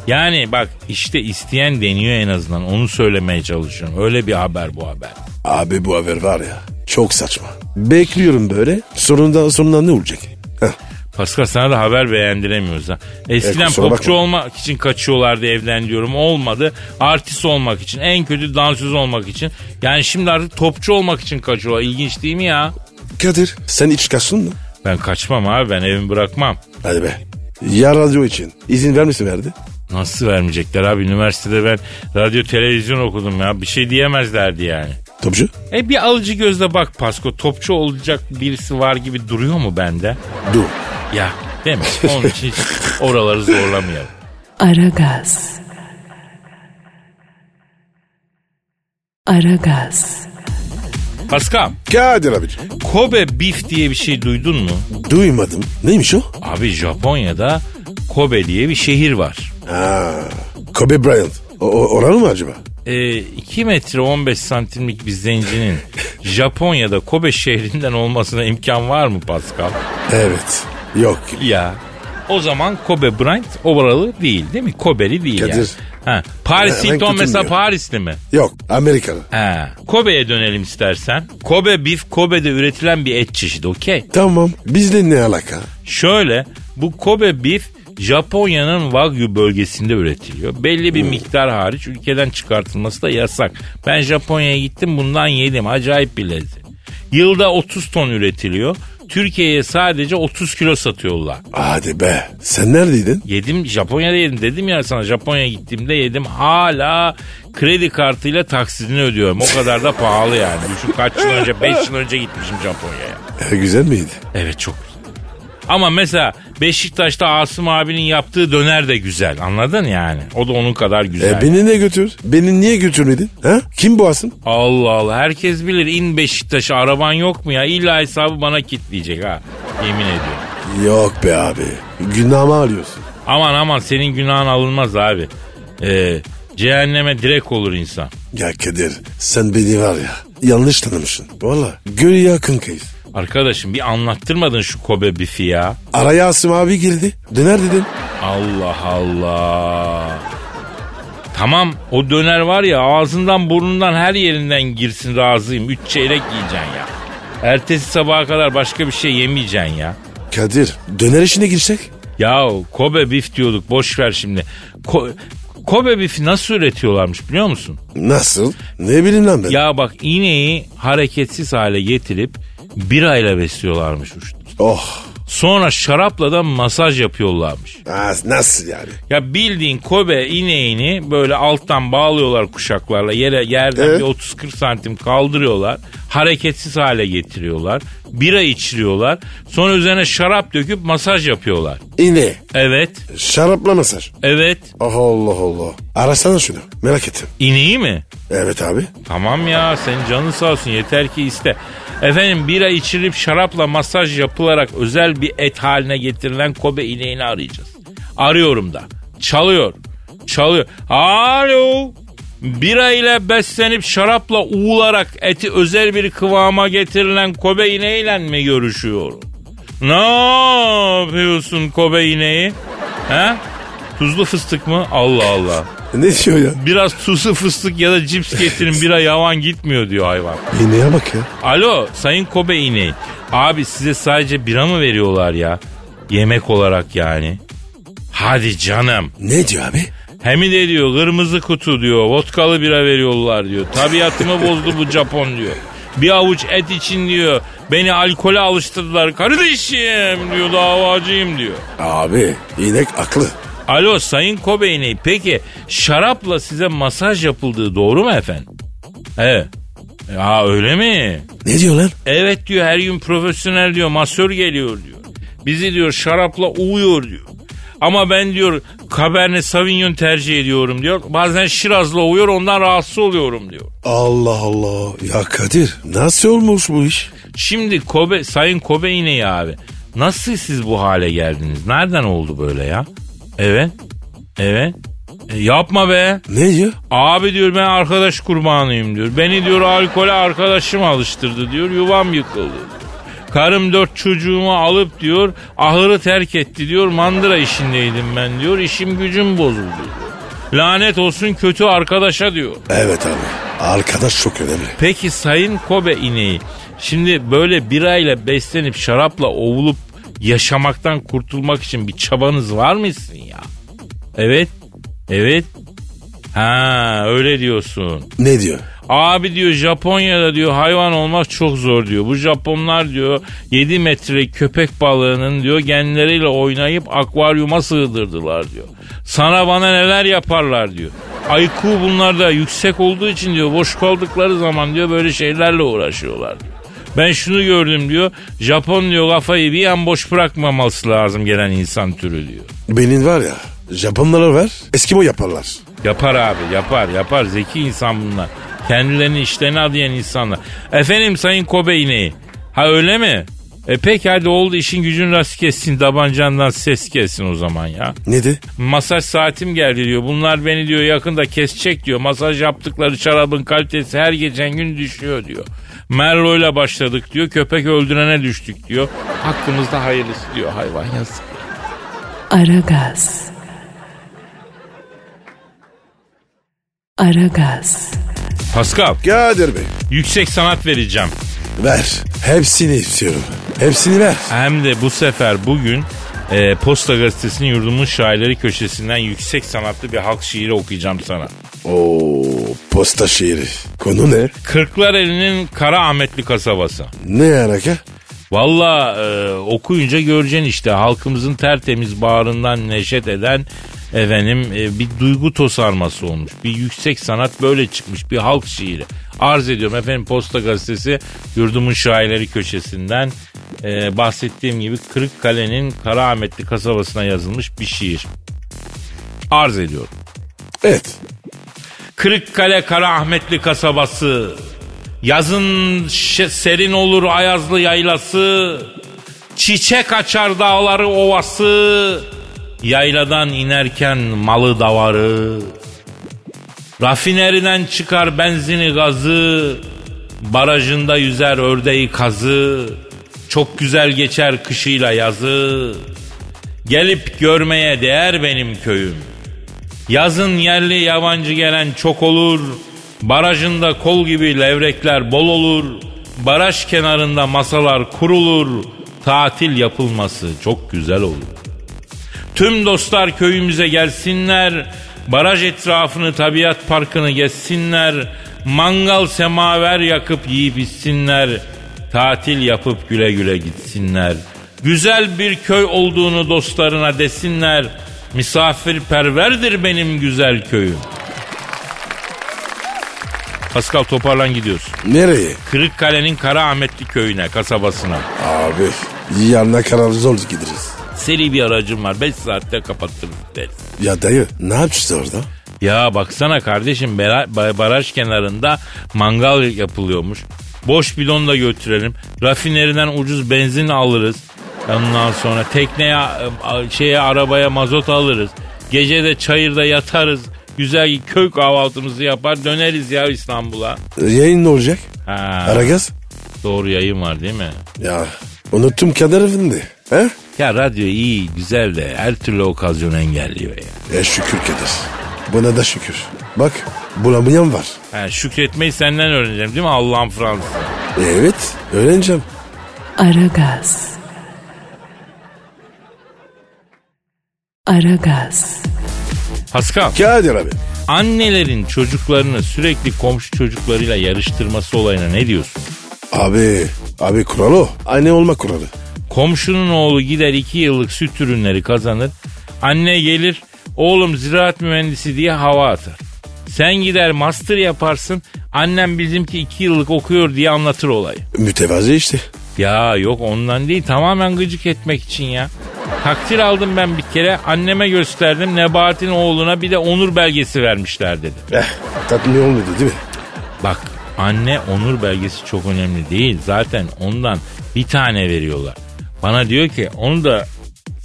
S2: Yani bak işte isteyen deniyor en azından onu söylemeye çalışıyorum. Öyle bir haber bu haber.
S3: Abi bu haber var ya çok saçma. Bekliyorum böyle. Sonunda sonunda ne olacak? Heh,
S2: Pascal sana da haber beğendiremiyoruz ha.
S3: E,
S2: Eskiden
S3: kusura
S2: popçu
S3: bakma.
S2: olmak için kaçıyorlardı evden diyorum olmadı. Artist olmak için en kötü dansöz olmak için. Yani şimdi artık topçu olmak için kaçıyorlar. İlginç değil mi ya?
S3: Kadir sen hiç kaçtın mı?
S2: Ben kaçmam abi ben evimi bırakmam.
S3: Hadi be. Ya radyo için izin vermesi verdi.
S2: Nasıl vermeyecekler abi üniversitede ben radyo televizyon okudum ya bir şey diyemezlerdi yani.
S3: Topçu?
S2: E bir alıcı gözle bak Pasko topçu olacak birisi var gibi duruyor mu bende?
S3: Dur.
S2: Ya değil mi? Onun için hiç oraları zorlamayalım.
S1: Aragaz. Aragaz.
S2: Paskal
S3: Kadir abi.
S2: Kobe beef diye bir şey duydun mu?
S3: Duymadım. Neymiş o?
S2: Abi Japonya'da Kobe diye bir şehir var.
S3: Ha, Kobe Bryant. O, o, oralı mı acaba?
S2: E, 2 metre 15 santimlik bir zencinin Japonya'da Kobe şehrinden olmasına imkan var mı Pascal?
S3: Evet. Yok.
S2: Ya. O zaman Kobe Bryant oralı değil değil mi? Kobeli değil yani.
S3: Kadir.
S2: Ha, Paris
S3: Hemen
S2: Hilton mesela
S3: tutunmuyor.
S2: Parisli mi?
S3: Yok. Amerikalı.
S2: Ha. Kobe'ye dönelim istersen. Kobe beef Kobe'de üretilen bir et çeşidi okey.
S3: Tamam. Bizle ne alaka?
S2: Şöyle bu Kobe beef Japonya'nın Wagyu bölgesinde üretiliyor. Belli bir miktar hariç ülkeden çıkartılması da yasak. Ben Japonya'ya gittim bundan yedim. Acayip bir lezzet. Yılda 30 ton üretiliyor. Türkiye'ye sadece 30 kilo satıyorlar.
S3: Hadi be. Sen neredeydin?
S2: Yedim Japonya'da yedim dedim ya sana Japonya'ya gittiğimde yedim. Hala kredi kartıyla taksidini ödüyorum. O kadar da pahalı yani. Düşün kaç yıl önce 5 yıl önce gitmişim Japonya'ya.
S3: E, güzel miydi?
S2: Evet çok güzel. Ama mesela Beşiktaş'ta Asım abinin yaptığı döner de güzel anladın yani. O da onun kadar
S3: E,
S2: güzel.
S3: beni ne götür? Beni niye götürmedin? Ha? Kim bu Asım?
S2: Allah Allah herkes bilir in Beşiktaş'a araban yok mu ya İlla hesabı bana kitleyecek ha yemin ediyorum.
S3: Yok be abi. Günahımı alıyorsun.
S2: Aman aman senin günahın alınmaz abi. Ee, cehenneme direkt olur insan.
S3: Ya Kadir sen beni var ya yanlış tanımışsın. Valla göl yakın kayız.
S2: Arkadaşım bir anlattırmadın şu Kobe bifi ya.
S3: Araya Asım abi girdi. Döner dedin.
S2: Allah Allah. Tamam o döner var ya ağzından burnundan her yerinden girsin razıyım. Üç çeyrek yiyeceksin ya. Ertesi sabaha kadar başka bir şey yemeyeceksin ya.
S3: Kadir döner işine girsek?
S2: Ya Kobe bif diyorduk boş ver şimdi. Ko- Kobe bifi nasıl üretiyorlarmış biliyor musun?
S3: Nasıl? Ne bileyim lan ben.
S2: Ya bak ineği hareketsiz hale getirip birayla besliyorlarmış uçtu.
S3: Oh
S2: Sonra şarapla da masaj yapıyorlarmış.
S3: ha, nasıl yani?
S2: Ya bildiğin Kobe ineğini böyle alttan bağlıyorlar kuşaklarla. Yere yerden
S3: Evet.
S2: bir 30-40 santim kaldırıyorlar. Hareketsiz hale getiriyorlar. Bira içiriyorlar. Sonra üzerine şarap döküp masaj yapıyorlar.
S3: İne.
S2: Evet,
S3: Şarapla masaj.
S2: evet.
S3: Oh Allah Allah. Arasana şunu merak ettim.
S2: İneği mi?
S3: Evet abi.
S2: Tamam ya senin canın sağ olsun yeter ki iste. Efendim bira içirip şarapla masaj yapılarak özel bir et haline getirilen Kobe ineğini arayacağız. Arıyorum da. Çalıyor. Çalıyor. Alo. Bira ile beslenip şarapla uğularak eti özel bir kıvama getirilen Kobe ineğiyle mi görüşüyorum? Ne yapıyorsun Kobe ineği? He? Tuzlu fıstık mı? Allah Allah.
S3: Ne diyor ya?
S2: Biraz tuzu fıstık ya da cips getirin bira yavan gitmiyor diyor hayvan.
S3: İneğe bak ya.
S2: Alo Sayın Kobe ineği. Abi size sadece bira mı veriyorlar ya? Yemek olarak yani. Hadi canım.
S3: Ne diyor abi?
S2: Hem de diyor kırmızı kutu diyor. Vodkalı bira veriyorlar diyor. Tabiatımı bozdu bu Japon diyor. Bir avuç et için diyor. Beni alkole alıştırdılar. Kardeşim diyor davacıyım diyor.
S3: Abi inek aklı.
S2: Alo Sayın Kobe ineği. Peki şarapla size masaj yapıldığı doğru mu efendim? Evet. Ya öyle mi?
S3: Ne diyor lan?
S2: Evet diyor her gün profesyonel diyor masör geliyor diyor. Bizi diyor şarapla uğuyor diyor. Ama ben diyor Cabernet Sauvignon tercih ediyorum diyor. Bazen Şiraz'la uyuyor ondan rahatsız oluyorum diyor.
S3: Allah Allah. Ya Kadir nasıl olmuş bu iş?
S2: Şimdi Kobe, Sayın Kobe ineği abi. Nasıl siz bu hale geldiniz? Nereden oldu böyle ya? Evet. Evet. E, yapma be.
S3: Ne diyor?
S2: Abi diyor ben arkadaş kurbanıyım diyor. Beni diyor alkole arkadaşım alıştırdı diyor. Yuvam yıkıldı. diyor. Karım dört çocuğumu alıp diyor ahırı terk etti diyor. Mandıra işindeydim ben diyor. İşim gücüm bozuldu diyor. Lanet olsun kötü arkadaşa diyor.
S3: Evet abi. Arkadaş çok önemli.
S2: Peki Sayın Kobe ineği şimdi böyle birayla beslenip şarapla ovulup yaşamaktan kurtulmak için bir çabanız var mısın ya? Evet. Evet. Ha öyle diyorsun.
S3: Ne diyor?
S2: Abi diyor Japonya'da diyor hayvan olmak çok zor diyor. Bu Japonlar diyor 7 metre köpek balığının diyor genleriyle oynayıp akvaryuma sığdırdılar diyor. Sana bana neler yaparlar diyor. IQ bunlarda yüksek olduğu için diyor boş kaldıkları zaman diyor böyle şeylerle uğraşıyorlar diyor. Ben şunu gördüm diyor. Japon diyor kafayı bir an boş bırakmaması lazım gelen insan türü diyor.
S3: Benim var ya Japonlara ver Eskimo yaparlar.
S2: Yapar abi yapar yapar zeki insan bunlar. Kendilerini işlerine adayan insanlar. Efendim Sayın Kobe ineği. Ha öyle mi? E pek hadi oldu işin gücün rast kessin tabancandan ses kessin o zaman ya.
S3: Ne de?
S2: Masaj saatim geldi diyor. Bunlar beni diyor yakında kesecek diyor. Masaj yaptıkları şarabın kalitesi her geçen gün düşüyor diyor. Merlo'yla başladık diyor. Köpek öldürene düştük diyor. Hakkımızda hayırlısı diyor hayvan yazık.
S1: Aragaz. Aragaz.
S2: Pascal
S3: Kadir Bey
S2: yüksek sanat vereceğim.
S3: ver. Hepsini istiyorum. Hepsini ver.
S2: Hem de bu sefer bugün e, Posta Gazetesi'nin yurdumun şairleri köşesinden yüksek sanatlı bir halk şiiri okuyacağım sana.
S3: Oo posta şiiri. Konu ne?
S2: Kırklareli'nin Kara Ahmetli kasabası.
S3: Ne alaka?
S2: Valla e, okuyunca göreceksin işte halkımızın tertemiz bağrından neşet eden efendim e, bir duygu tosarması olmuş. Bir yüksek sanat böyle çıkmış bir halk şiiri. Arz ediyorum efendim Posta Gazetesi yurdumun şairleri köşesinden e, bahsettiğim gibi Kırıkkale'nin Karaahmetli kasabasına yazılmış bir şiir. Arz ediyorum.
S3: Evet.
S2: Kırıkkale Karaahmetli kasabası. Yazın şe- serin olur ayazlı yaylası. Çiçek açar dağları ovası. Yayladan inerken malı davarı. Rafineriden çıkar benzini gazı. Barajında yüzer ördeği kazı. Çok güzel geçer kışıyla yazı. Gelip görmeye değer benim köyüm. Yazın yerli yabancı gelen çok olur. Barajında kol gibi levrekler bol olur. Baraj kenarında masalar kurulur. Tatil yapılması çok güzel olur. Tüm dostlar köyümüze gelsinler. Baraj etrafını tabiat parkını gezsinler. Mangal semaver yakıp yiyip içsinler. Tatil yapıp güle güle gitsinler. Güzel bir köy olduğunu dostlarına desinler. Misafirperverdir benim güzel köyüm. Pascal toparlan gidiyorsun.
S3: Nereye?
S2: Kırıkkale'nin Kara Ahmetli köyüne, kasabasına.
S3: Abi yanına karar zor gideriz.
S2: Seri bir aracım var. 5 saatte kapattırırız deriz.
S3: Ya dayı ne yapacağız orada?
S2: Ya baksana kardeşim bara- ba- baraj kenarında mangal yapılıyormuş. Boş bidon da götürelim. Rafineriden ucuz benzin alırız. Ondan sonra tekneye, e, a- şeye arabaya mazot alırız. Gece de çayırda yatarız. Güzel köy kahvaltımızı yapar döneriz ya İstanbul'a.
S3: E, Yayın ne olacak?
S2: Ha,
S3: Aragaz?
S2: doğru yayın var değil mi?
S3: Ya unuttum Kadir Efendi. He?
S2: Ya radyo iyi güzel de her türlü okazyon engelliyor ya.
S3: E şükür Kadir. Buna da şükür. Bak bulamayan var.
S2: Ha, şükretmeyi senden öğreneceğim değil mi Allah'ım Fransız?
S3: Evet öğreneceğim.
S1: Aragaz. Aragaz.
S2: Pascal,
S3: Kadir abi.
S2: annelerin çocuklarını sürekli komşu çocuklarıyla yarıştırması olayına ne diyorsun?
S3: Abi, abi kural o. Anne olma kuralı.
S2: Komşunun oğlu gider iki yıllık süt ürünleri kazanır. Anne gelir oğlum ziraat mühendisi diye hava atar. Sen gider master yaparsın annem bizimki iki yıllık okuyor diye anlatır olayı.
S3: Mütevazi işte.
S2: Ya yok ondan değil tamamen gıcık etmek için ya. Takdir aldım ben bir kere anneme gösterdim Nebahat'in oğluna bir de onur belgesi vermişler dedi.
S3: Eh, tatmin olmadı değil mi?
S2: Bak anne onur belgesi çok önemli değil zaten ondan bir tane veriyorlar. Bana diyor ki onu da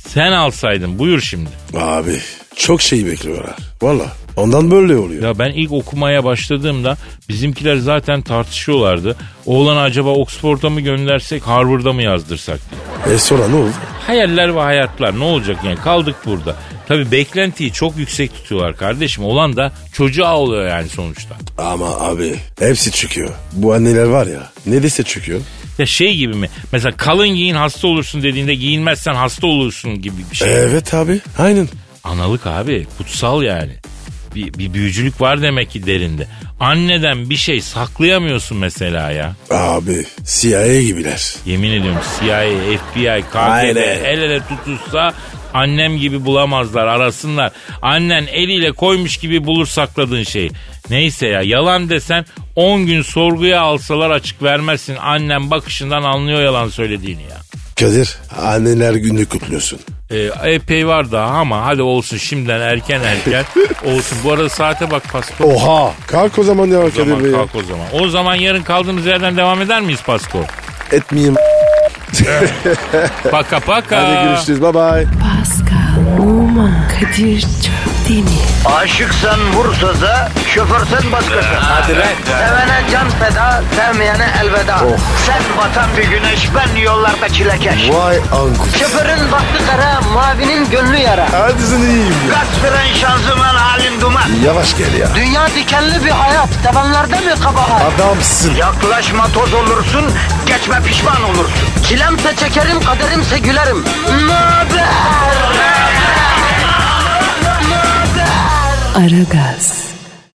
S2: sen alsaydın buyur şimdi.
S3: Abi, çok şey bekliyorlar. Valla, ondan böyle oluyor.
S2: Ya ben ilk okumaya başladığımda bizimkiler zaten tartışıyorlardı. Oğlanı acaba Oxford'a mı göndersek Harvard'a mı yazdırsak diye.
S3: E sonra ne oldu?
S2: Hayaller ve hayatlar ne olacak yani kaldık burada. Tabii beklentiyi çok yüksek tutuyorlar kardeşim. Olan da çocuğa oluyor yani sonuçta.
S3: Ama abi, hepsi çıkıyor. Bu anneler var ya, ne dese çıkıyor.
S2: Ya şey gibi mi? Mesela kalın giyin hasta olursun dediğinde giyinmezsen hasta olursun gibi bir şey.
S3: Evet abi, aynen.
S2: Analık abi kutsal yani. Bir, bir büyücülük var demek ki derinde. Anneden bir şey saklayamıyorsun mesela ya.
S3: Abi, CIA gibiler.
S2: Yemin ediyorum CIA, FBI, KGB
S3: Aynen.
S2: el ele tutulsa annem gibi bulamazlar arasınlar. Annen eliyle koymuş gibi bulur sakladığın şeyi. Neyse ya yalan desen 10 gün sorguya alsalar açık vermezsin. Annem bakışından anlıyor yalan söylediğini ya.
S3: Kadir, anneler günü kutluyorsun.
S2: Ee, epey var daha ama hadi olsun şimdiden erken erken olsun. Bu arada saate bak Pasko.
S3: Oha, kalk o zaman ya
S2: O zaman
S3: Kadir Bey. ya.
S2: kalk o zaman. O zaman yarın kaldığımız yerden devam eder miyiz Pasko?
S3: Etmeyeyim.
S2: Paka paka.
S3: Hadi görüşürüz, bye bye.
S1: Pascal, Oman, Kadir çok değil mi?
S6: Aşıksan vursa da, şoförsen başkasın. Hadi Sevene can feda, sevmeyene elveda. Sen batan bir güneş, ben yollarda çilekeş.
S3: Vay anku.
S6: Şoförün baktı kara, mavinin gönlü yara.
S3: Hadi sen iyiyim ya.
S6: Kasperen şanzıman halin duman.
S3: Yavaş gel ya.
S6: Dünya dikenli bir hayat, sevenlerde mi kabahar?
S3: Adamsın.
S6: Yaklaşma toz olursun, geçme pişman olursun. Çilemse çekerim, kaderimse gülerim. Möber!
S1: Aragaz.